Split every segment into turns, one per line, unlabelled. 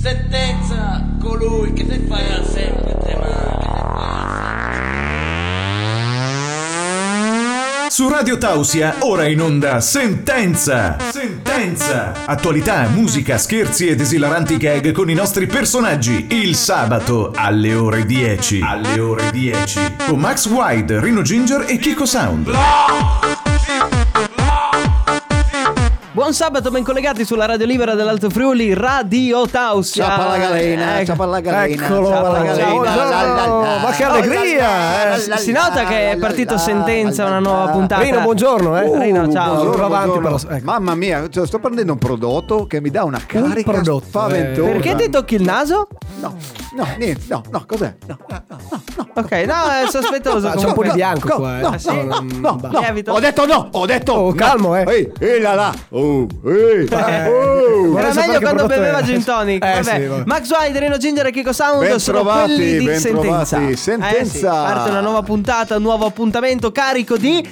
Sentenza colui che te farà sempre tremare, che te farà
Su Radio Tausia, ora in onda Sentenza! Sentenza! Attualità, musica, scherzi ed esilaranti gag con i nostri personaggi. Il sabato alle ore 10. Alle ore 10. Con Max Wide, Rino Ginger e Kiko Sound.
Buon sabato, ben collegati sulla radio libera dell'Alto Friuli, Radio Tausia.
Ciao palla galena,
Eh,
ciao palla galena.
Eccolo,
ciao palla
Palla
galena.
Galena. Buongiorno, ma che allegria, eh.
Si nota che è partito sentenza una nuova puntata.
Rino, buongiorno, eh.
Uh, Rino, ciao.
Allora avanti,
buongiorno.
però, ecco.
Mamma mia, cioè, sto prendendo un prodotto che mi dà una carica
prodotto,
spaventosa.
eh.
Perché ti tocchi il naso?
No, no, niente, no, no, cos'è? No,
Ecco
no, no, no.
Ok, no, è sospettoso.
Ah, c'è un po' di bianco
no,
qua, eh.
ecco, No,
Ah, sì?
no, no, no,
Lievito.
no. Ho detto no, ho detto
Oh,
no.
calmo, eh.
Ehi, ehi là là. Oh, ehi. oh.
Vorrei
Era meglio
sapere che
quando
prodotto
beveva
era.
gin tonic.
Eh,
Vabbè.
sì, vabbè.
Max Wide, Reno Ginger e Kiko Sound
Ben
sono
trovati,
quelli di
ben
sentenza.
trovati.
Eh, sì,
Sentenza.
Parte una nuova puntata, un nuovo appuntamento carico di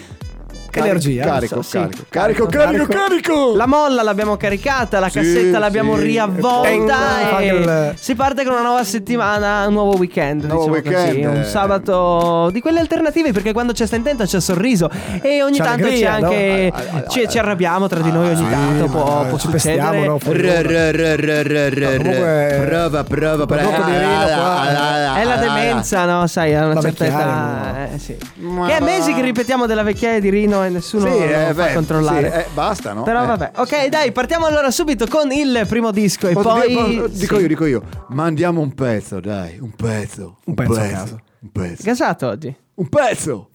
Energia.
Carico,
non so,
carico,
sì.
carico, carico, carico.
La molla l'abbiamo caricata, la
Sì,
cassetta l'abbiamo
sì. Eh,
Tengo-
riavvolta
fa
e
quel-
si parte con una nuova settimana, un nuovo weekend.
Nuovo
diciamo così.
weekend. eh.
Un sabato di quelle alternative perché quando c'è sentenza c'è sorriso e ogni
C'è
tanto
allegria,
c'è anche... ci, ci arrabbiamo tra di noi
Ah,
ogni tanto, può, può
ci pestiamo,
succedere.
no?
R-
Fuori
r-
onda.
r- r- r- r-
comunque,
prova, prova,
prodotto
prova.
di Reno qua,
Ah, ah, ah,
eh. È la
ah,
demenza, no? Sai, a una
La
certa
vecchiaia,
età. Eh, sì.
Ma-
Che è mesi che ripetiamo della vecchiaia di Rino e
ah.
nessuno
Sì,
lo
eh,
fa
beh,
controllare.
sì, eh, basta, no?
Però
Eh.
vabbè, ok, dai, partiamo allora subito con il primo disco e
Posso
poi.
dire- posso- Oh, boh, dico
Sì.
io, dico io. Mandiamo un pezzo, dai, un pezzo. Un
pezzo a caso.
Un pezzo.
Gasato oggi.
Un pezzo.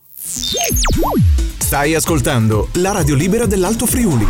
Stai ascoltando la radio libera dell'Alto Friuli.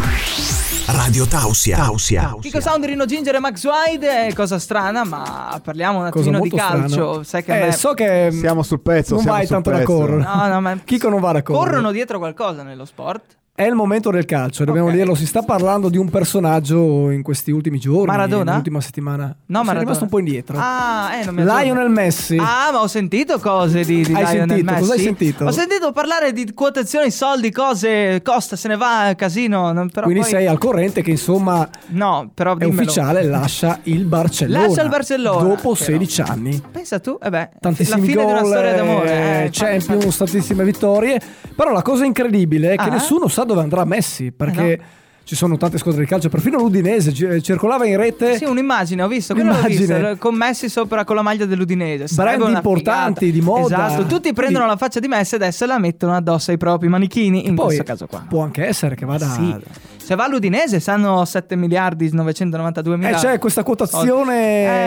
Radio Tausia. Tausia.
Chico Sound, Rino Ginger e Max Wide è cosa strana, ma parliamo un
Cosa
attimino
molto
di calcio.
strano.
Sai che a me-
eh, so che mm,
Siamo sul pezzo,
non
siamo
vai
sul
tanto
pezzo.
da correre.
No, no, ma-
Chico non va da correre.
corrono dietro qualcosa nello sport.
È il momento del calcio, dobbiamo
Ok.
dirlo. Si sta parlando di un personaggio in questi ultimi giorni.
Maradona?
L'ultima settimana.
No,
Sono
Maradona.
rimasto un po' indietro.
Ah, eh, non mi aggiorno.
Lionel Messi.
Ah, ma ho sentito cose di, di
Hai
Lionel
sentito?
Messi.
Cosa hai sentito?
Ho sentito parlare di quotazioni, soldi, cose, costa, se ne va, casino. non- però
Quindi
poi-
sei al corrente che insomma
No, però
è
dimmelo.
ufficiale, lascia il Barcellona.
Lascia il Barcellona,
Dopo
però.
16 anni.
Pensa tu, eh beh,
Tantissimi
la fine
gol,
di una storia d'amore.
eh,
eh,
Champions,
infatti.
tantissime vittorie. Però la cosa incredibile è che
Ah.
nessuno sa dove andrà Messi perché
Eh no.
ci sono tante squadre di calcio, perfino l'Udinese gi- eh, circolava in rete.
Sì, un'immagine, ho visto, quello l'ho
Un'immagine.
visto, eh, con Messi sopra con la maglia dell'Udinese. Sarebbe
Brand
una
importanti,
figata.
di moda.
Esatto, tutti prendono la faccia di Messi e adesso la mettono addosso ai propri manichini, in
Poi
questo caso qua.
può anche essere che vada Eh,
Sì. Se va all'Udinese sanno 7 miliardi 992
Eh,
miliardi.
c'è questa
Eh,
quotazione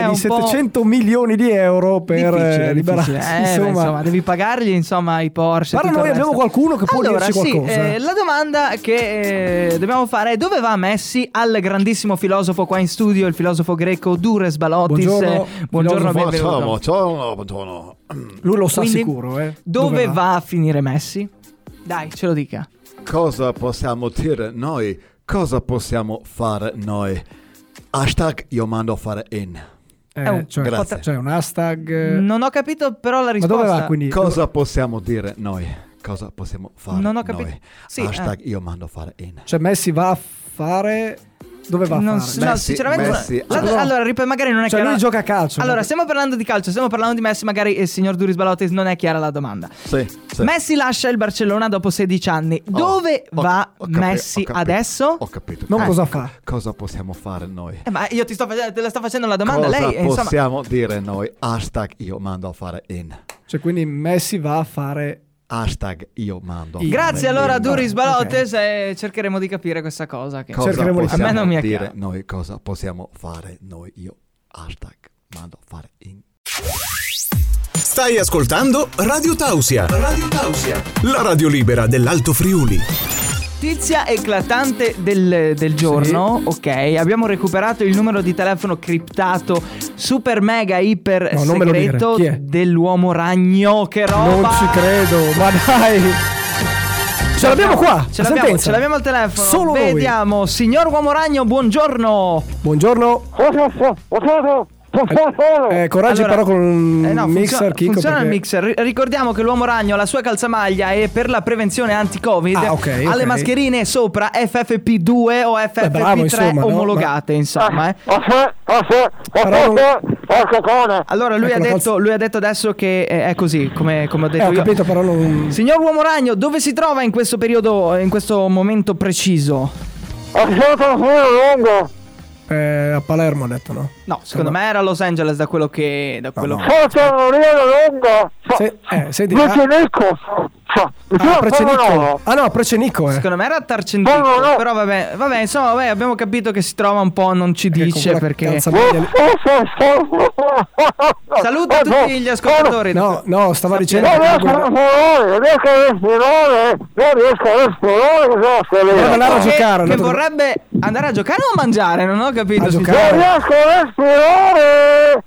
un
di
po'
700 milioni di euro per
difficile,
eh, liberarsi.
difficile. Eh, beh,
insomma.
insomma. devi pagargli insomma i Porsche.
Guarda,
tutto
noi
il
abbiamo
resto.
qualcuno che può
allora,
dirci
sì,
qualcosa.
eh, la domanda che eh, dobbiamo fare è dove va Messi al grandissimo filosofo qua in studio, il filosofo greco Dures Balotis.
Buongiorno,
Eh, buongiorno
filosofo.
benvenuto.
Buongiorno, buongiorno, buongiorno.
Lui lo sa
Quindi,
sicuro. eh.
Dove, va? a finire Messi? Dai, ce lo dica.
Cosa possiamo dire noi? Cosa possiamo fare noi? Hashtag io mando a fare in.
Eh,
È un-
cioè,
Grazie.
cioè, un hashtag. eh,
Non ho capito però la
ma
risposta.
dove va quindi?
Cosa possiamo dire noi? Cosa possiamo fare
Non ho
noi?
capito. Sì,
Hashtag
eh.
io mando a fare in.
Cioè, Messi va a fare. Dove va a
Non
fare?
so, no,
Messi,
sinceramente
Messi,
la-
allora-
allora ripeto, magari non è
Cioè,
chiaro.
lui gioca a calcio.
Allora, stiamo parlando di calcio, stiamo parlando di Messi, magari il signor Duris Balotis non è chiara la domanda.
Sì, sì.
Messi lascia il Barcellona dopo 16 anni.
Oh,
Dove
ho-
va
ho capi-
Messi
ho capito,
adesso?
Ho capito.
non
Eh,
cosa fa.
Cosa possiamo fare noi?
Eh, ma io ti sto facendo, te la sto facendo la domanda.
cosa
Lei, eh, insomma,
possiamo dire noi? Hashtag io mando a fare in.
Cioè, quindi Messi va a fare.
Hashtag io mando. a
I-
fare
grazie
in.
allora a Duris
ok.
Balotes e cercheremo di capire questa cosa. Che...
Cosa
Cercheremo di-
possiamo
a me non mi è
dire
chiaro.
noi? Cosa possiamo fare noi? Io hashtag mando a fare in.
Stai ascoltando Radio Tausia. Radio Tausia. La radio libera dell'Alto Friuli.
notizia eclatante del, del giorno, ok, abbiamo recuperato il numero di telefono criptato super mega iper
No, non me lo dire.
segreto
Chi è?
dell'uomo ragno. Che roba!
Non ci credo, ma dai. Ce l'abbiamo qua.
Ce
la
l'abbiamo,
sentenza.
ce l'abbiamo al telefono.
Solo noi.
Vediamo, signor Uomo Ragno, buongiorno.
Buongiorno. Eh, coraggio
Allora,
però con
eh no, funziona,
mixer Kiko
funziona il
perché-
mixer. Ri- Ricordiamo che l'uomo ragno ha la sua calzamaglia e per la prevenzione anti-covid
Ah, ok,
ha le
ok.
mascherine sopra FFP2 o FFP3
bravo, insomma, no?
omologate, insomma, eh.
Però non-
Allora lui,
Ecco
ha
la
detto,
calza-
lui ha detto adesso che eh, è così, come, come ho detto
Eh, ho
io.
capito però non
Signor Uomo Ragno, dove si trova in questo periodo, in questo momento preciso?
eh, a Palermo ho detto no.
No, secondo me era a Los Angeles da quello che... Da quello
no.
che-
Se- eh, senti, ah, ah, Precenico. Ah no, Precenico eh.
Secondo me era Tarcentico, però vabbè, vabbè, insomma, vabbè, abbiamo capito che si trova un po', non ci
Perché con
dice
quella
perché... Oh!
calzamaglia lì-
Saluta tutti gli ascoltatori.
No, no, stava dicendo Bravo, andare a
Che-
giocare,
che
andate-
vorrebbe andare a giocare o a mangiare? Non ho capito.
A
scusa.
giocare.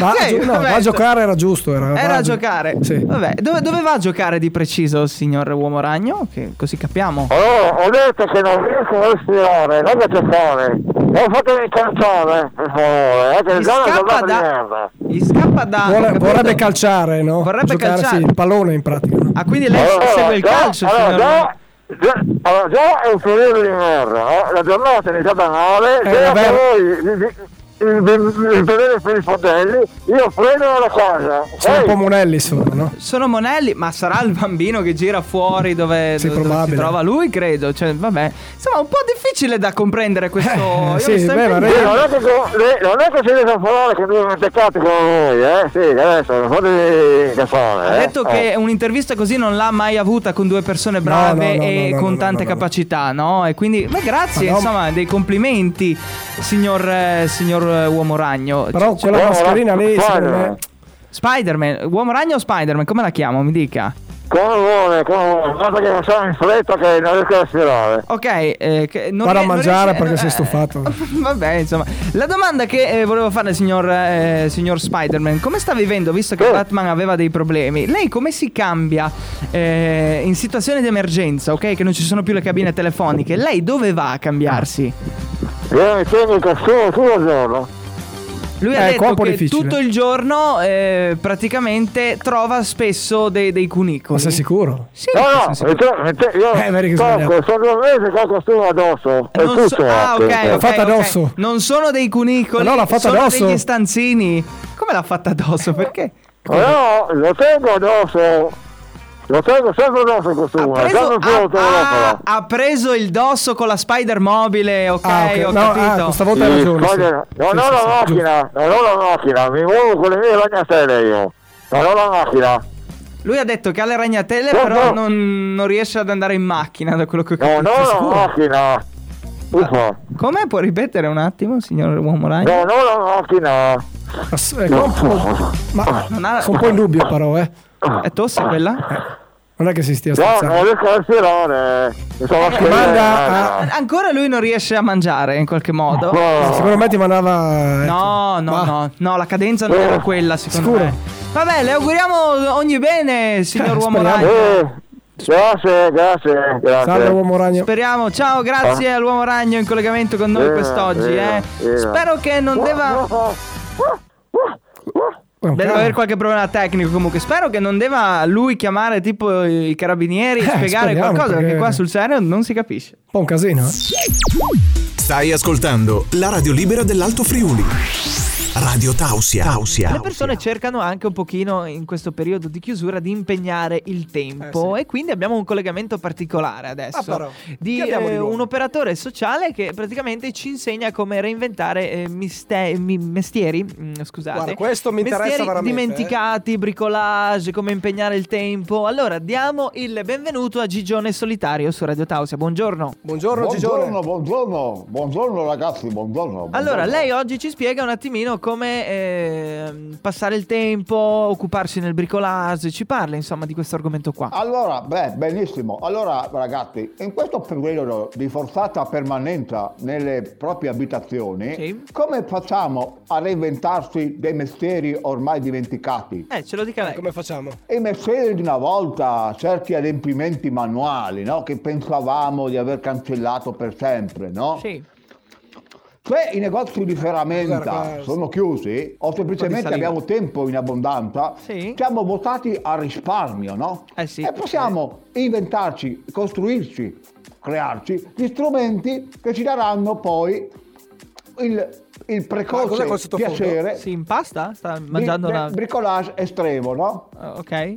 Va,
Ok,
a gio- Ah, no,
vabbè,
va a giocare era giusto, era, va
Era a giocare.
Sì.
Vabbè, dove, dove va a giocare di preciso il signor Uomo Ragno? Che così capiamo.
Allora, ho detto che non riesco a respirare, non che c'è fame. Non fatemi canzone, per favore, eh, che
Gli
il giorno è una
scappa
giornata di
da.
merda.
Gli scappa da.
Vuole-
ah, capito?
vorrebbe calciare, no?
Vorrebbe
Giocare,
calciare.
Sì, il pallone in pratica. no?
Ah, quindi lei
Allora,
segue il
già-
calcio,
allora,
signor
già, già, allora, già è un periodo di merda, eh, la giornata è iniziata male, se
vabbè.
a voi il- il- il il bevere per i fondelli, io freno la casa.
Sono un
Ehi,
po' monelli, sono, no?
Sono Monelli, ma sarà il bambino che gira fuori dove, dove- dove
Sì,
si
probabile.
trova lui, credo. Cioè, vabbè. Insomma, un po' difficile da comprendere questo. Io
Eh, sì,
mi sto
beh, ma
impegnando.
non è che, se- non è che si riesce a parlare che mi attaccate con voi, eh? Sì, adesso non fatemi canzone.
Ha
eh.
detto
Eh.
che un'intervista così non l'ha mai avuta con due persone brave
no, no,
e
no, no,
con
no,
tante
no, no.
capacità, no? E quindi, beh, grazie,
Ma no.
insomma, dei complimenti, signor, eh, signor eh, Uomo Ragno.
Però
Cioè,
quella
no,
mascherina
no,
lì,
no,
secondo
no.
me...
Spider-Man, Uomo Ragno o Spider-Man? Come la chiamo? Mi dica.
Come vuole, come vuole, guarda che non sono in fretta che non riesco a respirare.
Ok, eh, che non
Vado
rie-
a
non
mangiare
riesce-
perché
eh,
sei stufato.
Vabbè, insomma, la domanda che eh, volevo fare, signor, eh, signor Spider-Man, come sta vivendo visto che
Sì.
Batman aveva dei problemi? Lei come si cambia eh, in situazione di emergenza, ok? Che non ci sono più le cabine telefoniche. Lei dove va a cambiarsi?
Io mi tengo il costume tutto il giorno.
Lui ha
Eh, qua
detto
è un po'
che
difficile.
tutto il giorno eh, praticamente trova spesso dei, dei
Ma
cunicoli.
sei sicuro?
Sì,
No, no,
sono sicuro.
mi te- mi te- io
Eh, vedi che sbagliato.
tocco, sono due mesi con il costume addosso. E
Non so-
tutto. ecco.
ah, ok,
anche.
ok,
fatta
ok.
addosso.
Non sono dei cunicoli,
Ma no, l'ha fatta
sono
addosso.
degli stanzini. Come l'ha fatta addosso? Perché?
Però lo tengo addosso. Lo tengo sempre addosso il
Ha
costume.
preso,
sempre più
ha-
lo tengo
ha-
addosso.
ha preso il dosso con la spider mobile, ok,
Ah, ok.
ho
no,
capito.
ah, questa volta hai
Sì,
ragione. sì.
voglio- Non
Sì,
ho
sì,
la
sì, giusto.
macchina, non ho la macchina, mi muovo con le mie ragnatele io. Non ho la macchina.
Lui ha detto che ha le ragnatele,
No,
però
no.
Non, non riesce ad andare in macchina, da quello che ho
Non
capito.
ho
Sicuro?
la macchina. Uffa.
Come può ripetere un attimo, signor Uomo Ragno?
Non ho la macchina.
Ma s- eh, qua un po'- Ma
Non ha-
sono un po' in dubbio però, eh.
È tosse quella?
Non è che si stia
No, non
scherzando.
riesco a respirare. Mi sono eh,
Manda
mascherina.
Ancora lui non riesce a mangiare in qualche modo.
Oh.
Secondo me ti mandava... eh,
No, no,
Ecco. Ma-
no, no, la cadenza non era quella, secondo
Sicuro?
me. Vabbè, le auguriamo ogni bene, signor
Eh,
Uomo
speriamo.
Ragno.
Eh, grazie, grazie, grazie.
Salve uomo ragno.
Speriamo, ciao, grazie all'uomo ragno in collegamento con noi
Eh,
quest'oggi.
eh,
eh.
eh.
Spero che non deva.
È un
Deve
cane.
avere qualche problema tecnico comunque. Spero che non deva lui chiamare tipo i carabinieri e
Eh,
spiegare
speriamo,
qualcosa, perché...
perché
qua sul serio non si capisce.
Un po' un casino, eh.
Stai ascoltando la radio libera dell'Alto Friuli. Radio Tausia. Tausia.
Le persone cercano anche un pochino in questo periodo di chiusura di impegnare il tempo e quindi abbiamo un collegamento particolare
Eh, Ah,
adesso
però.
di,
Che abbiamo di
eh,
nuovo?
un operatore sociale che praticamente ci insegna come reinventare eh, miste- mi- mestieri, mm, scusate.
Guarda, questo mi interessa
mestieri
veramente, eh.
dimenticati, bricolage, come impegnare il tempo. Allora, diamo il benvenuto a Gigione Solitario su Radio Tausia. Buongiorno.
Buongiorno, Gigione.
buongiorno, buongiorno ragazzi, buongiorno.
Allora, lei oggi ci spiega un attimino come ehm, passare il tempo, occuparsi nel bricolage, ci parla insomma di questo argomento qua.
Allora, beh, benissimo. Allora, ragazzi, in questo periodo di forzata permanenza nelle proprie abitazioni,
Sì.
come facciamo a reinventarsi dei mestieri ormai dimenticati?
Eh, ce lo dica lei.
Come facciamo? Ah,
I mestieri di una volta, certi adempimenti manuali, no? Che pensavamo di aver cancellato per sempre, no?
Sì.
Se i negozi di
Guarda,
ferramenta
guarda.
sono chiusi o semplicemente
saliva.
abbiamo tempo in abbondanza,
Sì.
siamo votati al risparmio, no?
Eh sì.
E possiamo inventarci, costruirci, crearci gli strumenti che ci daranno poi il,
Ma cos'è quel
il precoce
sottofondo?
piacere
Eh, Si impasta? Sta
di,
mangiando
del
una...
bricolage estremo, no?
Ah, Ok.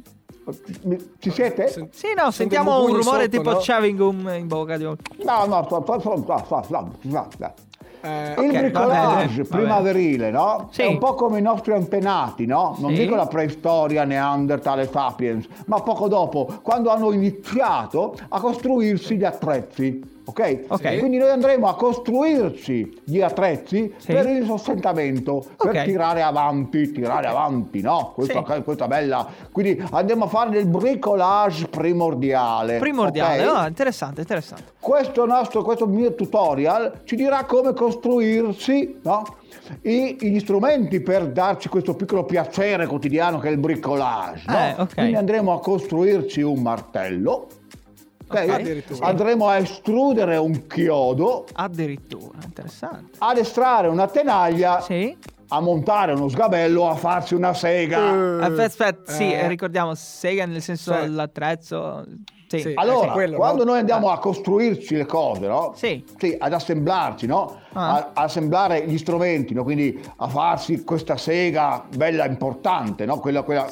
Ci siete?
Sì, no, sentiamo
dei
un
bucuri
rumore
sotto,
tipo
no?
shaving gum in bocca di un...
No, no, sto, sto, sto, sto, sto, sto, sto, sto.
Eh,
il
ok, va bene,
bricolage
va
primaverile, no?
Sì.
È un po' come i nostri antenati, no? Non
Sì.
dico la preistoria, Neanderthal e Sapiens, ma poco dopo, quando hanno iniziato a costruirsi gli attrezzi. Ok?
Ok.
Quindi noi andremo a costruirci gli attrezzi
Sì.
per il sostentamento,
Ok.
per tirare avanti, tirare avanti, no? Questa,
Sì.
questa bella. Quindi andiamo a fare del bricolage primordiale.
Primordiale, ah.
ok?
no, interessante, interessante.
questo nostro, questo mio tutorial ci dirà come costruirsi no? I- gli strumenti per darci questo piccolo piacere quotidiano che è il bricolage. no?
Eh, ok.
Quindi andremo a costruirci un martello, ok?
Addirittura.
andremo a estrudere un chiodo,
Addirittura, interessante.
ad estrarre una tenaglia,
Sì.
a montare uno sgabello, a farsi una sega.
Aspetta, aspetta, sì,
Eh.
ricordiamo, sega nel senso
Sì.
l'attrezzo. Sì.
Sì. Eh,
Allora,
sì, quello,
quando
no?
noi andiamo a costruirci le cose, no?
Sì.
ad assemblarci, no?
Ah.
A- a assemblare gli strumenti, no? Quindi a farsi questa sega bella importante, no? Quella, quella...
eh,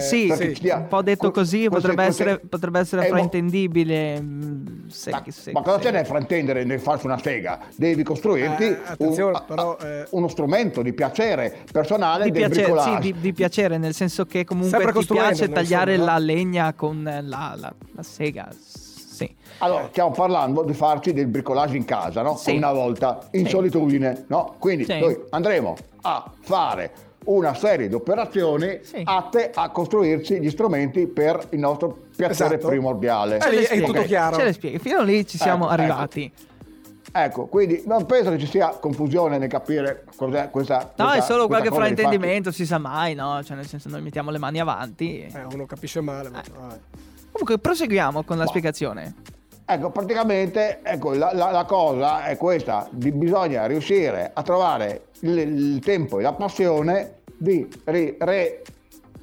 sì,
sì.
chi ha-
un po' detto
que-
così
queste-
potrebbe,
queste-
essere, potrebbe essere
Eh, mo-
fraintendibile. mm, se-
Ma,
se-
ma cosa
se-
c'è da fraintendere nel farsi una sega? Devi costruirti
Eh, attenzione,
un- ah,
però, eh.
uno strumento di piacere personale
Di
del
piacere, sì,
bricolage.
di, di piacere, nel senso che comunque
Sempre
ti piace
costruendo,
tagliare
insomma,
la
no?
legna con la, la- la sega. Sì.
Eh,
Allora, stiamo parlando di farci del bricolage in casa, no?
Sì.
Una volta in
Sì.
solitudine, no? Quindi
Sì.
noi andremo a fare una serie di operazioni
Sì.
atte a costruirci gli strumenti per il nostro piacere
Esatto.
primordiale.
Eh, lì è
Spiega,
tutto chiaro. Eh,
Ce le spieghi, fino lì ci siamo
Ecco,
arrivati.
Ecco, quindi non penso che ci sia confusione nel capire cos'è questa.
No,
questa-
è solo qualche
questa cosa di
fraintendimento, si sa mai, no? Cioè, nel senso, noi mettiamo le mani avanti.
eh, uno capisce male. ma-
Eh.
vabbè.
Comunque, proseguiamo con la
Boh.
spiegazione.
Ecco, praticamente ecco, la, la- la cosa è questa, di- bisogna riuscire a trovare il, il tempo e la passione di re, re-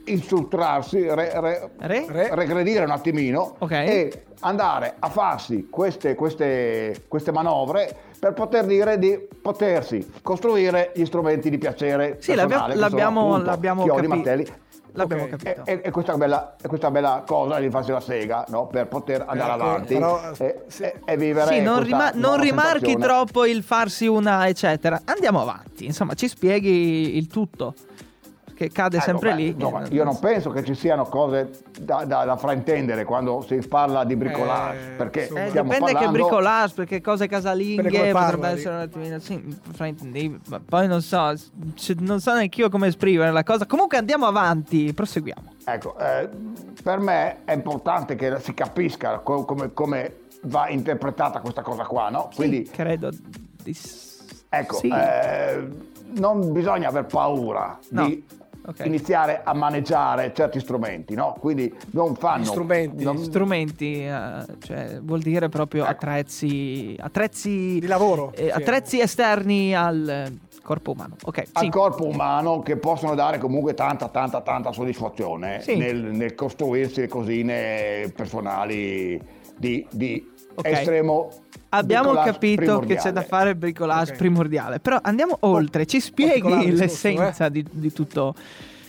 insultarsi, re- re-
Re?
Re.
regredire un attimino
Ok.
e andare a farsi queste, queste- queste manovre per poter dire di potersi costruire gli strumenti di piacere.
Sì, l'abbiamo,
personale, che sono
l'abbiamo,
appunto
l'abbiamo
chiodi,
capi-
martelli
L'abbiamo
Ok. Eh,
capito.
e, e- e questa, bella, e questa bella cosa di farsi la sega no? per poter andare
Ecco,
avanti Eh,
però,
e,
sì.
e- e vivere
Sì, non,
questa
rima- non
nuova
rimarchi
sensazione.
troppo il farsi una, eccetera. Andiamo avanti. Insomma, ci spieghi il tutto. Che cade
Ecco,
sempre
beh,
lì.
insomma, io non penso che ci siano cose da, da- da fraintendere quando si parla di bricolage
Eh,
perché
insomma.
Eh,
stiamo
dipende che
parlando
bricolage, perché cose casalinghe
Dipende come parla,
potrebbe
dico.
essere un attimino. Sì, fraintendibile. ma Poi non so, c- non so neanche io come esprimere la cosa. Comunque andiamo avanti, proseguiamo.
Ecco, eh, per me è importante che si capisca co- come, come va interpretata questa cosa qua, no? Quindi,
Sì, credo di s-
ecco,
sì.
eh, non bisogna aver paura
No.
di
Ok.
iniziare a maneggiare certi strumenti, no? Quindi non fanno...
Gli strumenti,
non-
strumenti, eh, cioè vuol dire proprio
Ecco.
attrezzi, attrezzi
Di lavoro.
eh, attrezzi esterni al eh, corpo umano. Ok,
al
sì.
corpo umano che possono dare comunque tanta tanta tanta soddisfazione
Sì.
nel, nel costruirsi le cosine personali di, di
Ok.
estremo
Abbiamo
bricolage
capito che c'è da
primordiale.
fare il bricolage
Ok.
primordiale, però andiamo oltre, ci spieghi
particolare
l'essenza di, di tutto,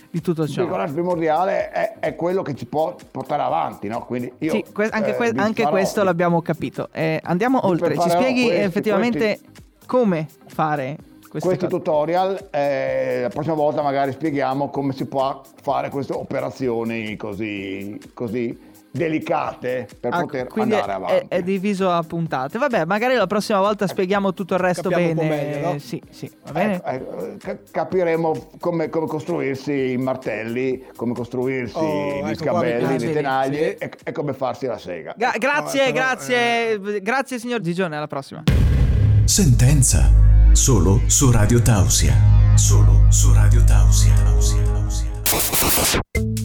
di tutto
Il
ciò.
eh? bricolage primordiale è, è quello che ci può portare avanti, no? Quindi io,
Sì, que- anche,
eh,
que-
vi
anche
farò-
questo l'abbiamo capito. Eh, andiamo
vi
oltre, ci
preparerò
spieghi
questi-
effettivamente come fare Queste
Questi
cose.
tutorial, eh, la prossima volta magari spieghiamo come si può fare queste operazioni così, così delicate per
Ah,
poter
quindi
andare
è-
avanti. Eh,
È, è diviso a puntate. Vabbè, magari la prossima volta spieghiamo tutto il resto
Capiamo un po'
bene.
meglio, no?
Sì, sì, va bene.
Ecco, ecco, ca- capiremo come, come costruirsi i martelli, come costruirsi
Oh,
gli
ecco qua, mi
scabelli,
piace.
le tenaglie
Sì.
e, e come farsi la sega.
Gra- grazie,
però,
grazie, grazie signor Gigione, alla prossima.
Sentenza. Solo su Radio Tausia. Solo su Radio Tausia. Tausia, Tausia.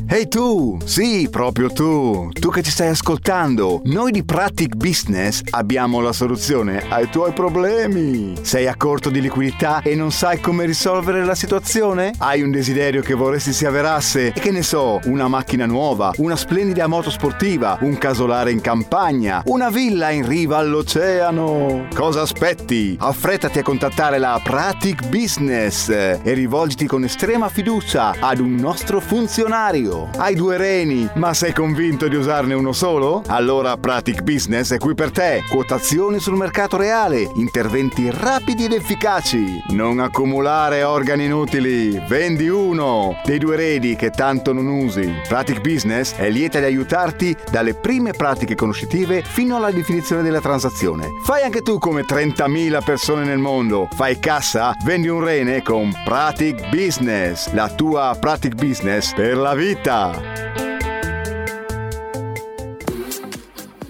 Ehi tu, sì, proprio tu, tu che ci stai ascoltando, noi di Pratic Business abbiamo la soluzione ai tuoi problemi. Sei a corto di liquidità e non sai come risolvere la situazione? Hai un desiderio che vorresti si avverasse? E che ne so, una macchina nuova, una splendida moto sportiva, un casolare in campagna, una villa in riva all'oceano. Cosa aspetti? Affrettati a contattare la Pratic Business e rivolgiti con estrema fiducia ad un nostro funzionario. Hai due reni, ma sei convinto di usarne uno solo? Allora Pratic Business è qui per te. Quotazioni sul mercato reale, interventi rapidi ed efficaci. Non accumulare organi inutili, vendi uno dei due reni che tanto non usi. Pratic Business è lieta di aiutarti dalle prime pratiche conoscitive fino alla definizione della transazione. Fai anche tu come 30.000 persone nel mondo. Fai cassa, vendi un rene con Pratic Business, la tua Pratic Business per la vita.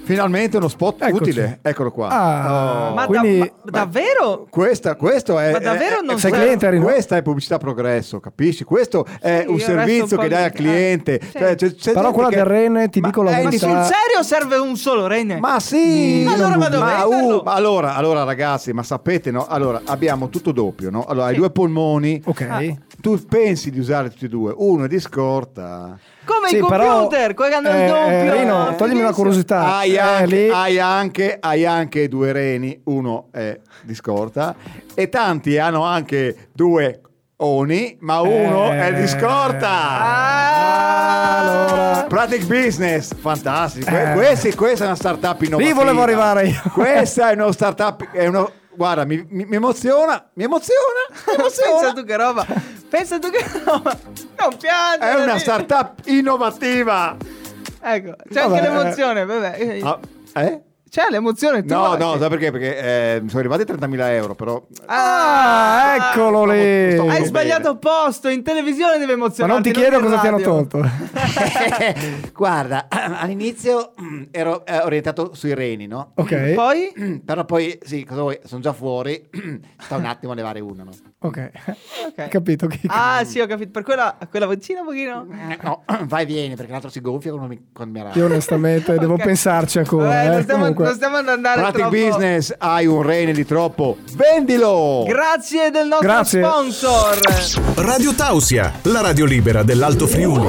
Finalmente uno spot
Eccoci.
utile. Eccolo qua.
Ah,
Oh.
Ma, da-
Quindi-
ma- davvero?
Questa, questo è,
Ma davvero
è-
non
sai che entra in-
questa è pubblicità progresso, capisci? Questo è
Sì,
un
io resto
servizio
un po'
che dai al
lì-
cliente.
ah, sì.
Cioè, c'è- c'è
Però
gente
quella
che-
del rene, ti
Ma-
dico la
eh,
Ma
verità.
sul serio serve un solo rene?
Ma sì,
Ma allora vado a
ma,
venderlo.
ma allora, allora ragazzi, ma sapete no? Allora abbiamo tutto doppio, no? Allora hai due polmoni,
Ok.
Ah,
tu pensi di usare tutti e due, uno è di scorta,
Come
Sì,
il
però-
computer, con il
eh,
doppio.
eh, Rino,
no?
toglimi una
Ah,
curiosità.
hai,
Eh,
anche,
lì-
hai anche- hai anche due reni, uno è di scorta e tanti hanno anche due oni, ma uno
Eh. Ah.
è di scorta.
Ah.
allora.
Pratic Business, fantastico. Que-
Eh.
questi- questa è una startup innovativa.
volevo arrivare io.
Questa è una startup, è uno- guarda, mi, mi- mi emoziona, mi emoziona, mi
Pensa
emoziona.
tu che roba. Pensa tu che roba. Non piangere.
È una
Rino.
startup innovativa.
Ecco, c'è
Vabbè,
anche
eh.
l'emozione, vabbè.
Ah, eh?
C'è l'emozione
No,
tua
no,
che-
sai perché? Perché eh, mi sono arrivati 30.000 euro, però...
Ah,
ecco.
eccolo lì.
Stavo-
Hai
bene.
sbagliato posto, in televisione deve
Ma
emozionarti.
non ti chiedo
in
cosa ti hanno
radio.
tolto.
Guarda, all'inizio ero eh, orientato sui reni, no?
Eh?
Ok.
Poi?
Però poi, sì, cosa vuoi? Sono già fuori. Sta un attimo a levare uno, no?
Ok.
Ok.
Capito che
Ah, sì, ho capito. Per quella, quella vocina un pochino.
Eh.
Eh, No, vai e vieni, perché l'altro si gonfia quando mi, quando mi arrabbio.
io onestamente devo
Ok.
pensarci
Ecco,
ancora.
Vabbè,
eh,
non, stiamo,
comunque.
non stiamo ad andare
Pratic
troppo.
Business, hai un rene di troppo. Vendilo!
Grazie del nostro
Grazie.
sponsor.
Radio Tausia, la radio libera dell'Alto Friuli.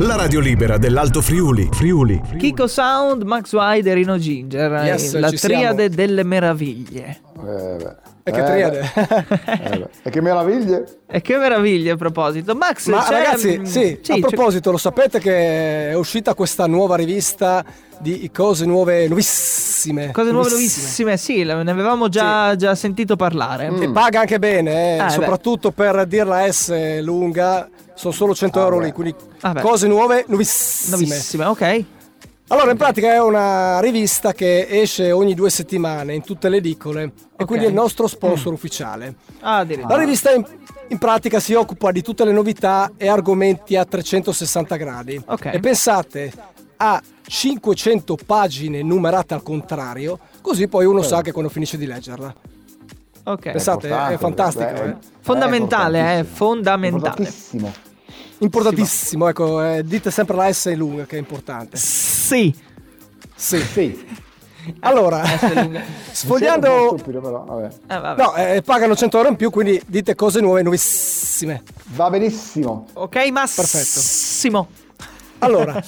La radio libera dell'Alto Friuli. Friuli.
Kiko Sound, Max Wide e Rino Ginger. eh,
Yes,
la
ci siamo.
triade delle meraviglie.
Eh, beh.
E che
Eh,
triade.
beh. Eh, beh. e che meraviglie!
E che meraviglie a proposito. Max,
Ma
c'è- mm,
ragazzi, sì,
c'è-
a proposito, lo sapete che è uscita questa nuova rivista di cose nuove, nuovissime.
Cose nuove nuovissime, sì, la- ne avevamo già, già sentito parlare.
E paga anche bene, eh,
Ah, beh.
soprattutto per dirla S lunga, sono solo 100 euro lì, quindi
Ah, beh.
cose nuove, nuovissime.
Nuovissime, ok.
Allora, in pratica è una rivista che esce ogni due settimane in tutte le edicole e quindi è il nostro sponsor ufficiale.
Ah, addirittura.
La rivista in, in pratica si occupa di tutte le novità e argomenti a 360 gradi.
Ok.
E pensate a 500 pagine numerate al contrario, così poi uno sa che quando finisce di leggerla.
Ok.
Pensate,
Importante,
è fantastico.
beh,
eh.
Fondamentale, eh, fondamentale.
importantissimo.
Importantissimo, ecco, eh, dite sempre la S lunga che è importante.
Sì.
Sì.
Sì,
Allora,
lunga.
Sì, era un po'
sfogliando...
stupido, però, vabbè.
Eh, vabbè.
No, eh, pagano 100 euro in più, quindi dite cose nuove, nuovissime.
va benissimo.
Ok, Massimo.
Allora,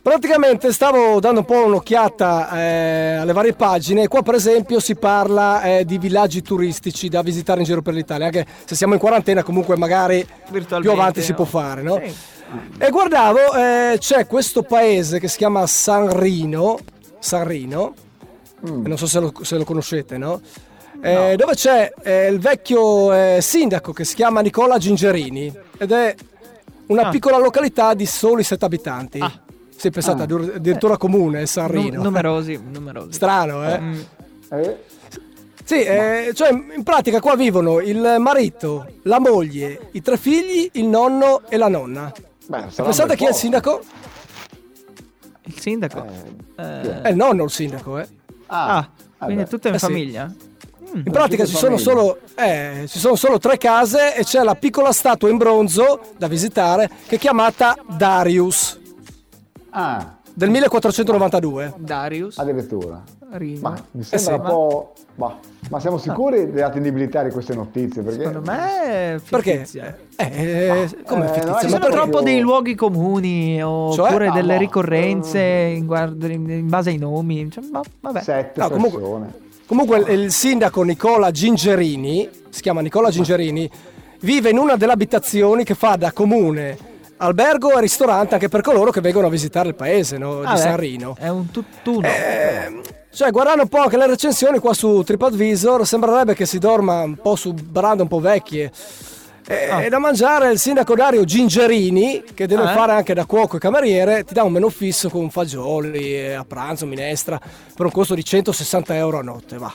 praticamente stavo dando un po' un'occhiata eh, alle varie pagine. Qua, per esempio, si parla eh, di villaggi turistici da visitare in giro per l'Italia. Anche se siamo in quarantena, comunque, magari più
Virtualmente,
avanti si
no?
può fare, no?
Sì.
E guardavo, eh, c'è questo paese che si chiama
Mm.
Sanrino. Sanrino, non so se lo, se lo conoscete, no? eh, dove c'è eh, il vecchio eh, sindaco che si chiama Nicola Gingerini ed è
Ah.
una piccola località di soli sette abitanti. Si è pensata
Ah.
addirittura comune, eh, Sanrino.
Nu- numerosi, numerosi.
Strano, eh?
Mm.
Sì, eh, cioè in pratica qua vivono il marito, la moglie, i tre figli, il nonno e la nonna.
Beh, sarà un
Pensate
bel
chi è il
posto.
sindaco?
Il sindaco. Eh,
È il nonno il sindaco, eh.
Ah,
Ah, quindi è tutta in
Eh sì.
famiglia?
In pratica ci sono,
famiglie.
solo, eh, ci sono solo tre case e c'è la piccola statua in bronzo da visitare che è chiamata Darius
ah,
del 1492.
Darius,
addirittura.
Rino. Eh,
Ma mi sembra
sì,
un
ma-
po'. Ma, ma siamo sicuri della tendibilità di queste notizie? Perché
Secondo me è
Perché?
fittizia.
Eh, come
eh,
fittizia?
no,
Ma
ci
Ci sono
perché-
troppo dei luoghi comuni oppure
Cioè? Ah,
delle
no. Mm.
ricorrenze in, guardo- in- in base ai nomi. Cioè, ma- vabbè.
sette
No, comunque-
persone.
Comunque il- il sindaco Nicola Gingerini, si chiama Nicola Gingerini, vive in una delle abitazioni che fa da comune albergo e ristorante anche per coloro che vengono a visitare il paese no, di
Vabbè,
Sanrino.
Ah, È un tutt'uno.
Cioè, guardando un po' anche le recensioni qua su TripAdvisor, sembrerebbe che si dorma un po' su brande un po' vecchie. E, e da mangiare il sindaco Dario Gingerini, che deve
Ah, eh?
fare anche da cuoco e cameriere, ti dà un menù fisso con fagioli eh, a pranzo, minestra, per un costo di 160 euro a notte. Va.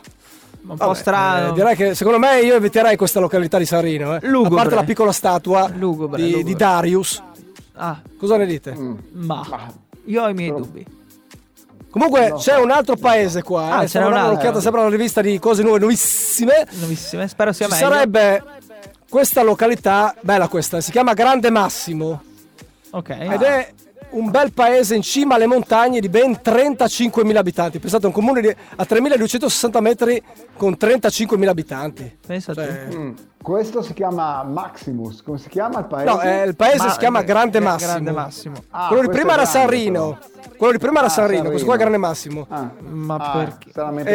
un po'
Vabbè,
strano.
eh, direi che secondo me io eviterei questa località di Sarino. Eh. A
Lugubre.
parte la piccola statua
Lugubre,
di,
lugubre.
di Darius.
Ah,
Cosa ne dite?
ma io ho i miei dubbi.
Comunque c'è un altro paese qua.
Ah,
eh.
c'è
Stiamo dando
un'altro.
un'occhiata sempre alla rivista di cose nuove, nuovissime.
Nuovissime, eh, spero sia
Ci
meglio.
sarebbe questa località, bella questa, si chiama Grande Massimo
Ok.
ed è un bel paese in cima alle montagne di ben 35.000 abitanti. Pensate, un comune di- a 3.260 metri con 35.000 abitanti.
Pensa
Cioè,
tu.
Mm. Questo si chiama Maximus. Come si chiama il paese?
no, eh, il paese
Ma-
si chiama Grande
Gra-
Massimo.
Grande Massimo.
Ah,
quello di
questo
prima
è
era
grande,
Sanrino, quello di prima era
Ah,
Sanrino, questo qua è Grande
Sanrino.
Massimo.
Ah.
Ma
Ah,
perché?
stranamente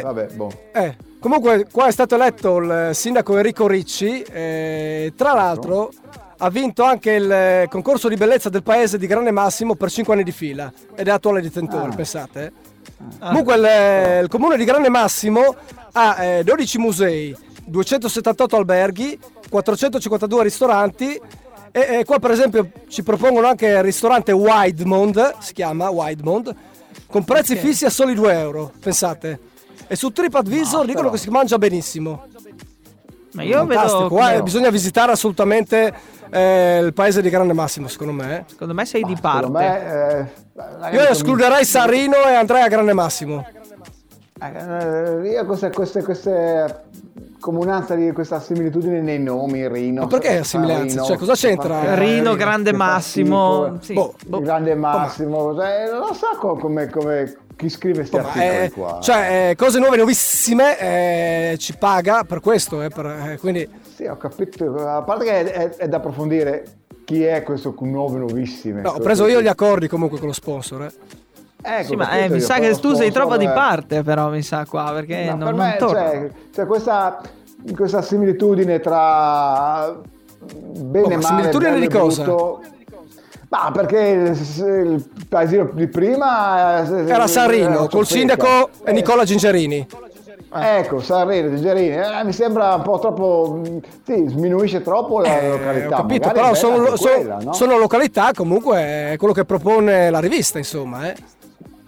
grande. Vabbè, boh.
Eh, comunque qua è stato eletto il eh, sindaco Enrico Ricci, eh, tra l'altro ha vinto anche il eh, concorso di bellezza del paese di Grande Massimo per 5 anni di fila ed è attuale detentore,
Ah.
pensate.
Ah,
Comunque il, il comune di Grande Massimo ha eh, 12 musei, 278 alberghi, 452 ristoranti e, e qua per esempio ci propongono anche il ristorante Widemond, si chiama Widemond, con prezzi fissi a soli 2 euro, pensate. E su TripAdvisor dicono che si mangia benissimo.
Ma io
Fantastico.
vedo.
Guarda, bisogna visitare assolutamente eh, il paese di Grande Massimo, secondo me. eh.
Secondo me sei di parte.
Secondo me, eh,
Io
ragazzi,
escluderei Sarino e andrei a Grande Massimo.
eh, io queste, queste, queste comunanza di questa similitudine nei nomi, Rino.
Ma perché
San
similanze?
Rino,
Cioè, cosa c'entra?
San
Rino, Grande
eh, che fa
Massimo,
schifo, eh.
sì.
Boh,
il Grande Massimo, cioè, non lo so co- come, come chi scrive questi
Ma,
articoli
eh,
qua.
cioè, eh, cose nuove, nuovissime, eh, ci paga per questo. eh, per- eh, quindi,
Sì, ho capito. A parte che è, è- è da approfondire chi è questo nuovo nuovissimo.
no, ho preso io gli accordi comunque con lo sponsor. eh.
Ecco,
Sì, ma
capito,
eh, mi
io
sa
poi
che tu sei
sponsor,
troppo di
eh,
parte, però mi sa qua
Eh,
perché
Ma
non,
per
non
me,
torna.
cioè, c'è questa, questa similitudine tra bene
Oh, ma
e male,
similitudine
bello
di
e
cosa?
brutto. Ma perché il, il paesino di prima eh,
Era Sanrino
una
col
ciofeca.
sindaco
Eh,
Nicola Gingerini.
Ecco, Sanrino, Gingerini, eh, mi sembra un po' troppo. mm, Sì, sminuisce troppo la
Eh,
località.
ho capito,
magari è
però
bella
sono,
anche
sono-
quella, no?
sono località comunque è quello che propone la rivista, insomma. eh.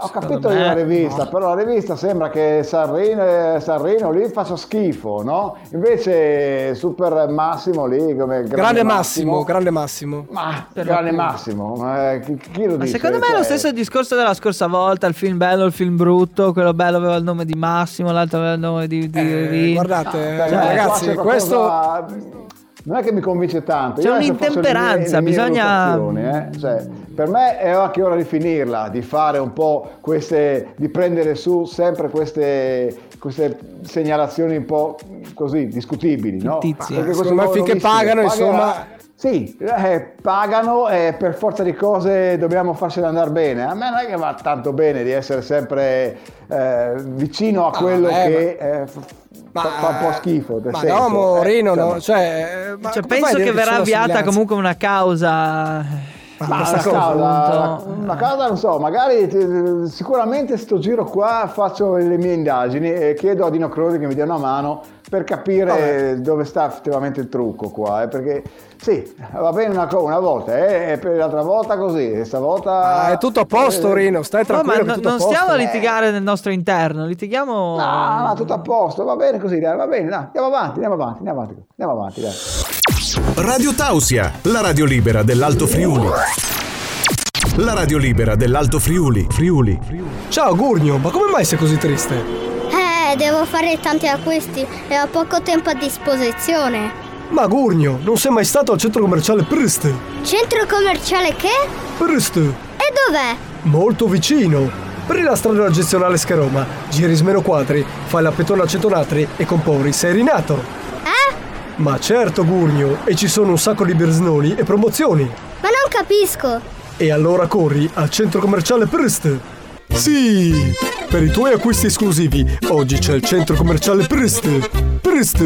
Ho
Secondo
capito
me,
la rivista, però la rivista sembra che Sanrino, Sanrino lì faccia schifo, no? Invece Super Massimo lì come Grande,
Grande Massimo, grande Massimo.
Ma Grande Massimo, ma eh, chi, chi lo
Ma
dice?
secondo me è
Cioè,
lo stesso discorso della scorsa volta, il film bello, il film brutto, quello bello aveva il nome di Massimo, l'altro aveva il nome di, di
Eh,
Vin.
guardate,
cioè,
eh, ragazzi,
qua c'è
questo
qualcosa- Non è che mi convince tanto.
C'è
Io adesso faccio le mie-
un'intemperanza,
le mie
bisogna-
valutazioni, eh. Cioè, per me è anche ora di finirla, di fare un po' queste, di prendere su sempre queste, queste segnalazioni un po' così discutibili, no?
Fittizie.
Perché questo
Secondo me
nuovo
finché
nuovissimo
pagano,
pagherà-
insomma-
Sì, eh, pagano e per forza di cose dobbiamo farsene andare bene. A me non è che va tanto bene di essere sempre eh, vicino a quello
vabbè,
che eh, f- fa, fa un po' schifo. nel
eh, Ma
senso.
no, Morino,
Eh,
no,
insomma,
cioè, eh, ma
Cioè,
come fai a
penso
dire
che
c'è
verrà
una
avviata
somiglianza?
comunque una causa eh,
Ma
questa
la
cosa.
casa, la,
Eh,
la casa non so, magari eh, sicuramente sto giro qua faccio le mie indagini e chiedo a Dino Crosi che mi dia una mano per capire eh, dove sta effettivamente il trucco qua, eh, perché sì, va bene una, co- una volta, eh, e per l'altra volta così, e stavolta...
Ah, è tutto a posto,
eh,
Rino, stai
No, ma
tranquillo. che è
no-
tutto a
non
posto.
stiamo a litigare nel nostro interno, litighiamo...
Ah, no, tutto a posto, va bene così, dai, va bene, dai, andiamo avanti, andiamo avanti, andiamo avanti, andiamo avanti, dai.
Radio Tausia, la radio libera dell'Alto Friuli. La radio libera dell'Alto Friuli. Friuli.
Ciao Gurnio, ma come mai sei così triste?
Eh, devo fare tanti acquisti e ho poco tempo a disposizione.
Ma Gurnio, non sei mai stato al centro commerciale Priste?
Centro commerciale che?
Priste,
E dov'è?
molto vicino. Per la strada eccezionale Scheroma, giri meno quadri, fai la petona a centonatri e compori sei rinato.
Eh?
Ma certo Gurnio, e ci sono un sacco di birsnoni e promozioni.
Ma non capisco.
E allora corri al centro commerciale Prist. Sì! Per i tuoi acquisti esclusivi, oggi c'è il centro commerciale Prist. Prist!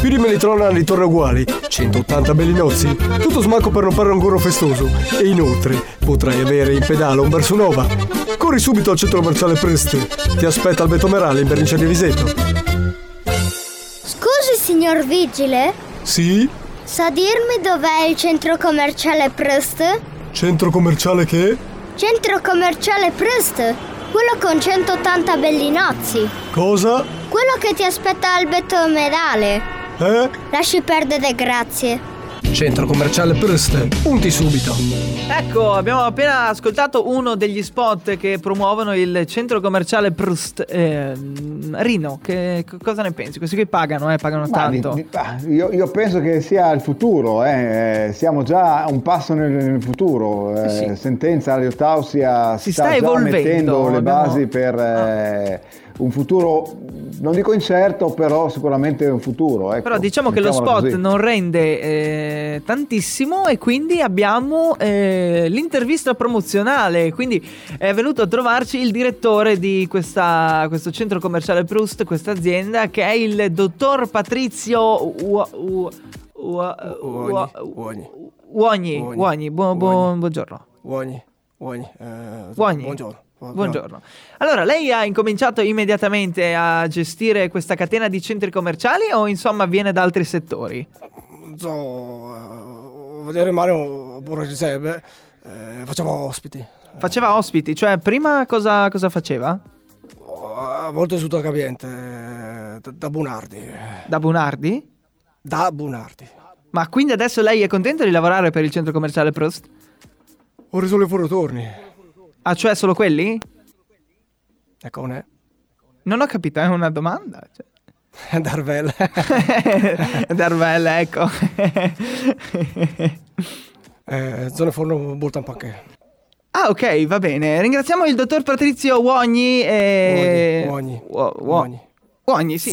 Più di melitrona di torre uguali, 180 belli nozzi, tutto smanco per non fare un gorro festoso. E inoltre potrai avere in pedale un Bersunova. Corri subito al centro commerciale Prist. Ti aspetta Alberto Merale in Bernice di Viseto.
Scusi, signor vigile,
Sì?
sa dirmi dov'è il centro commerciale Proust?
Centro commerciale che?
Centro commerciale Proust? Quello con 180 bellinozzi.
Cosa?
Quello che ti aspetta al betto medale.
Eh?
Lasci perdere, grazie.
Centro commerciale Prist. Punti subito.
Ecco, abbiamo appena ascoltato uno degli spot che promuovono il centro commerciale Proust. Eh, Rino, che, c- cosa ne pensi? Questi qui pagano, eh, pagano
Ma di-
tanto.
di- ah, io, io penso che sia il futuro, eh, eh, siamo già un passo nel, nel futuro. eh,
sì.
Sentenza Radio Tausia
Si
sta,
sta
già
evolvendo, Ah.
mettendo le
abbiamo-
basi per eh, un futuro, non dico incerto, però sicuramente un futuro. ecco,
Però diciamo che lo
mettiamola
spot
così.
non rende eh, tantissimo e quindi abbiamo eh, l'intervista promozionale. Quindi è venuto a trovarci il direttore di questa- questo centro commerciale Proust, questa azienda, che è il dottor Patrizio Ua- Ua- Ua- Ua-
Uogni.
Uogni.
Uogni.
Uogni. Buo- buo-
Uogni.
Buongiorno.
Uogni, uogni, eh,
Buogni.
Buongiorno.
Buongiorno. Allora, lei ha incominciato immediatamente a gestire questa catena di centri commerciali o insomma viene da altri settori?
Non so, eh, vedere Mario oppure Giuseppe, eh, facciamo ospiti.
Faceva ospiti, cioè prima cosa, cosa faceva?
A volte su Toca Ambiente, eh, da, da Bunardi.
Da Bunardi?
Da Bunardi.
Ma quindi adesso lei è contenta di lavorare per il centro commerciale Prost?
Ho reso le furotorni.
Ah, cioè solo quelli?
Ecco, non è.
Non ho capito, è una domanda. cioè.
Darvella.
Darvella, ecco.
eh, zone forno Boltan Panché.
ah, ok, va bene. Ringraziamo il dottor Patrizio Uogni e...
Uogni, Uogni,
Uo- Uo-
Uogni.
Uogni, sì.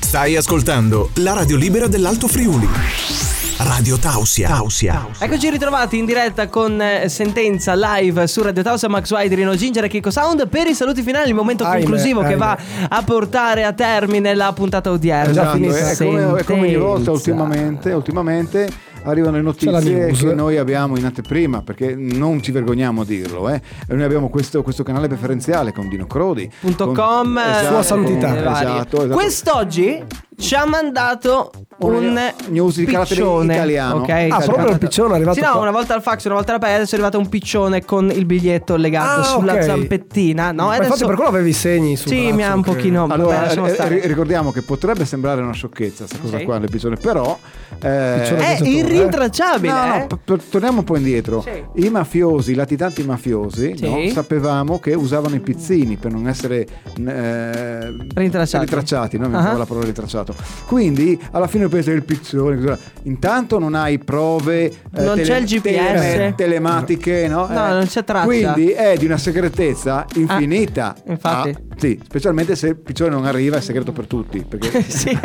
Stai ascoltando la radio libera dell'Alto Friuli. Radio Tausia. Tausia.
Eccoci ritrovati in diretta con eh, Sentenza live su Radio Tausa, Max White, Rino Ginger e Kiko Sound per i saluti finali, il momento
Ahimè,
conclusivo che
ahimè.
va a portare a termine la puntata odierna.
Esatto, è come, è come ogni
Sentenza.
volta ultimamente, ultimamente arrivano le notizie
news.
che noi abbiamo in anteprima perché non ci vergogniamo a dirlo eh. noi abbiamo questo, questo canale preferenziale con Dino Crodi
Punto
con-
com, eh,
esatto,
Sua santità.
con-
eh, varie.
esatto, esatto.
Quest'oggi ci ha mandato
Una
un
news di carattere
piccione,
italiano.
ok?
Ah,
proprio il piccione è arrivato
Sì, no,
qua.
una volta al fax, una volta alla paella, adesso è arrivato un piccione con il biglietto legato
Ah,
sulla
ok.
zampettina, no?
Ma
E
Infatti
adesso-
per quello avevi i segni sul
Sì, mi ha
braccio,
un
che-
pochino vabbè,
allora,
lasciamo
eh,
stare.
ri- ricordiamo che potrebbe sembrare una sciocchezza questa cosa
Sì.
qua nel piccione, però eh,
È
è irrintracciabile,
No, no,
eh?
p- p- torniamo un po' indietro. I mafiosi, i latitanti mafiosi,
Sì.
no, sapevamo che usavano i pizzini per non essere eh,
Rintracciati.
ritracciati, no? Mi
Ah.
mancava la parola ritracciato. Quindi alla fine ho preso il pizzone. così. Intanto non hai prove, eh,
Non c'è il GPS.
telematiche, no? Eh,
No, non c'è traccia.
Quindi è di una segretezza infinita.
infatti.
Ah, sì, specialmente se il piccione non arriva è segreto per tutti. Perché Eh.
sì.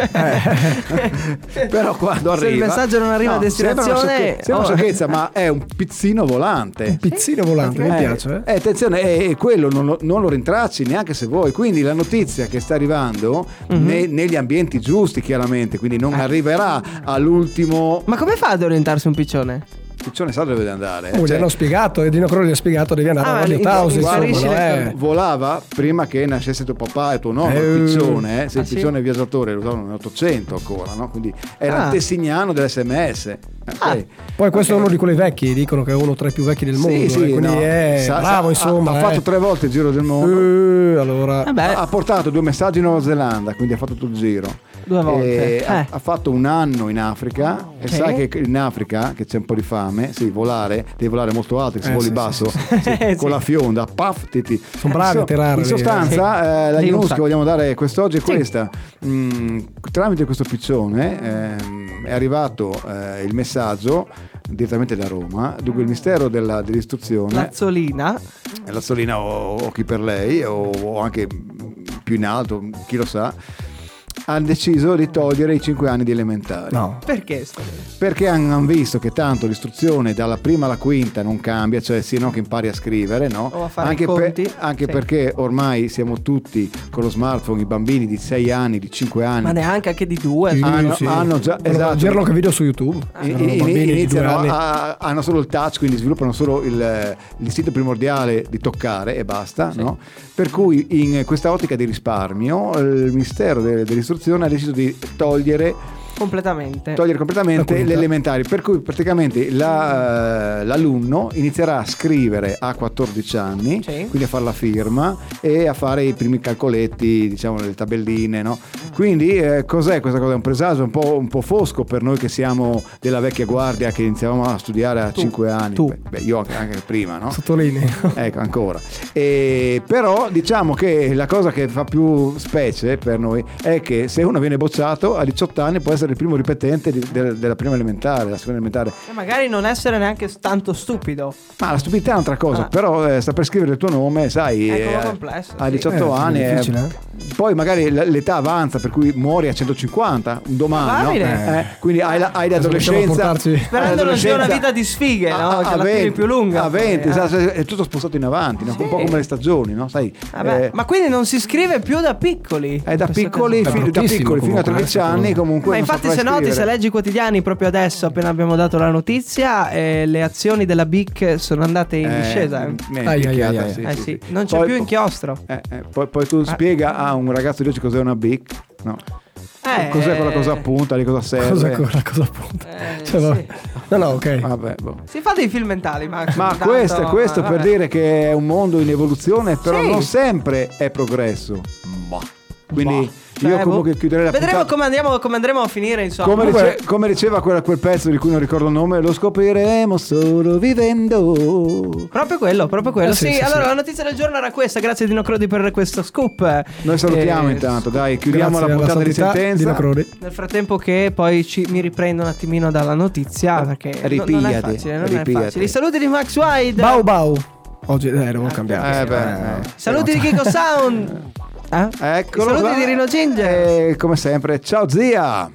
però quando
Se il
arriva
messaggio non arriva a destinazione-
sembra una, sciocche- sembra una
oh.
sciocchezza, ma è un pizzino volante
Pizzino volante, mi
Eh,
piace, eh.
eh, attenzione e quello non lo, non lo rintracci neanche se vuoi quindi la notizia che sta arrivando
Mhm.
ne- negli ambienti
Ah.
giusti chiaramente quindi non arriverà all'ultimo
Ma come fa ad orientarsi un piccione?
Ciccione sa dove deve andare. eh.
Uh,
Oh, gli
Cioè,
hanno spiegato, Edino Crowley gli ha spiegato, devi
Ah,
andare a Radio Tausi.
Guarda, Volava prima che nascesse tuo papà e tuo nonno,
Eh.
Piccione. Eh? Se
Ah,
il
sì?
Piccione viaggiatore lo usavano nell'Ottocento ancora, no? Quindi era
Ah.
il tessignano dell'SMS. Eh,
Ah.
Ok.
Poi questo è uno di quelli vecchi, dicono che è uno tra i più vecchi del
Sì,
mondo.
sì,
eh, quindi
no.
è
Sa-
bravo,
sa-
insomma.
ha, ha
eh.
fatto tre Eh, volte il giro del mondo.
allora.
Eh
Ha portato due messaggi in Nuova Zelanda, quindi ha fatto tutto il giro.
Due volte.
E ha,
Eh.
ha fatto un anno in Africa e
Ok.
sai che in Africa che c'è un po' di fame, sì, volare, devi volare molto alto, che se
Eh,
voli
sì,
basso
sì, sì, sì.
sì,
Eh,
con
sì.
la fionda, paf, ti, ti.
Sono bravi a
In so-
tirarli,
In sostanza,
eh.
eh, la
Sì, un
news che
sacco.
vogliamo dare quest'oggi è questa. Mm, tramite questo piccione ehm, è arrivato eh, il messaggio direttamente da Roma, dunque il mistero della, dell'istruzione.
Lazzolina.
Eh, Lazzolina o, o chi per lei o, o anche mm, più in alto, chi lo sa, ha deciso di togliere i 5 anni di elementare.
Perché? sto-
Perché hanno visto che tanto l'istruzione dalla prima alla quinta non cambia, cioè sì, no, che impari a scrivere, no?
O a fare i
anche
conti.
anche
Sì.
perché ormai siamo tutti con lo smartphone, i bambini di 6 anni, di 5 anni.
Ma neanche anche di due. ah,
Sì,
no?
hanno, hanno già esatto.
Girano che video su YouTube.
I-
Erano
i-
bambini di due
iniziano
anni.
a- hanno solo il touch, quindi sviluppano solo il, l'istinto primordiale di toccare e basta. no? Per cui, in questa ottica di risparmio, il Ministero de- dell'Istruzione ha deciso di togliere
Completamente.
togliere completamente
La
le
quinta.
elementari per cui praticamente la- eh, l'alunno inizierà a scrivere a 14 anni quindi a fare la firma e a fare i primi calcoletti diciamo le tabelline no? quindi eh, cos'è questa cosa è un presagio un po', un po' fosco per noi che siamo della vecchia guardia che iniziavamo a studiare a 5 anni Beh, beh, io anche, anche prima no?
Sottolineo.
ecco ancora E però diciamo che la cosa che fa più specie per noi è che se uno viene bocciato a 18 anni può essere il primo ripetente di- del- della prima elementare della seconda elementare
E magari non essere neanche tanto stupido.
ma la stupidità è un'altra cosa però eh, saper scrivere il tuo nome sai
Ah. È un po'
eh,
complesso,
a
sì.
18
Eh, sì,
anni è-
difficile, eh.
poi magari l- l'età avanza per cui muori a 150 un domani no?
Probabile.
Eh, quindi hai, la- hai l'adolescenza hai
Sperando non sia una
l'adolescenza- Ah,
vita di sfighe, no? Che la tiri più lunga.
a 20
Eh.
esatto, è tutto spostato in avanti, no? un po' come le stagioni, no? sai?
Vabbè,
eh,
Ah, ma quindi non si scrive più da piccoli?
da piccoli,
cosa.
fi- da piccoli fino a 13 anni comunque. eh,
Ma
non
infatti,
saprai
se noti, se
scrivere.
leggi i quotidiani proprio adesso, appena abbiamo dato la notizia, eh, le azioni della BIC sono andate in
Eh,
discesa. eh.
mi è Ai, picchiata, ai, ai, sì,
Eh
sì,
sì,
sì.
Non c'è
Poi-
più Ah. inchiostro.
Eh, eh, poi, poi tu spiega a un ragazzo di oggi cos'è una BIC, no?
Eh.
cos'è quella cosa a punta, di cosa serve?
Cosa quella cosa appunto?
Eh,
Cioè, vabbè. No, no, ok.
Vabbè, boh.
Si fa dei film mentali, Max.
Ma
intanto,
questo, questo
ma
per
vabbè.
dire che è un mondo in evoluzione, però
Sì.
non sempre è progresso. Boh. Quindi
Cioè,
io
boh.
comunque chiuderei la
Vedremo
puntata.
come, andiamo- come andremo a finire, insomma.
Come, dice- come diceva quella- quel pezzo di cui non ricordo il nome, lo scopriremo solo vivendo.
Proprio quello, proprio quello.
Eh
sì,
sì, sì,
allora
sì.
la notizia del giorno era questa. Grazie Dino Crodi per questo scoop.
Noi salutiamo
Eh,
intanto, dai, chiudiamo la puntata di sentenza.
Nel frattempo che poi ci- mi riprendo un attimino dalla notizia perché no- non è
ripigliati,
facile, non è
ripigliati.
facile. I saluti di Max Wide.
Bau bau. Oggi eh, devo cambiare.
Eh, beh, eh.
Saluti di Kiko Sound. Eh?
Eccolo
I saluti
qua.
di Rino Ginger.
E come eh. sempre, ciao zia!